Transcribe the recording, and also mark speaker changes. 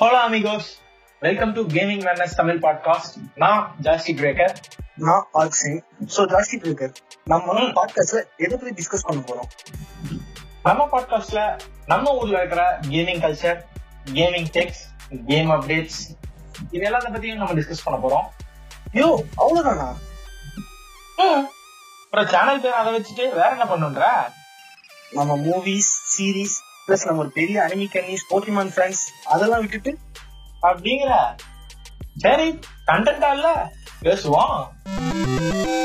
Speaker 1: hello amigos welcome to gaming wellness Tamil podcast நான் ஜாஸ்தி கிரேக்கர்
Speaker 2: நான் ஆர் சிங் சோ ஜாஸ்தி பிரேக்கர் நம்ம பாட்காஸ்ட்ல எதை பத்தி டிஸ்கஸ் பண்ண போறோம்
Speaker 1: நம்ம பாட்காஸ்ட்ல நம்ம ஊர்ல இருக்கிற gaming culture gaming techs game updates இது எல்லாத்த பத்தியும் நம்ம டிஸ்கஸ் பண்ண போறோம்
Speaker 2: ஐயோ அவ்வளவுதானா
Speaker 1: அப்புறம் சேனல் பேர் அதை வச்சுட்டு வேற என்ன பண்ணுன்ற
Speaker 2: நம்ம மூவிஸ் சீரிஸ் பிளஸ் நம்ம ஒரு பெரிய அனிமி கன்னிஸ் போக்கிமான் ஃப்ரெண்ட்ஸ் அதெல்லாம் விட்டுட்டு
Speaker 1: அப்படிங்கிற சரி கண்டென்டா இல்ல பேசுவோம்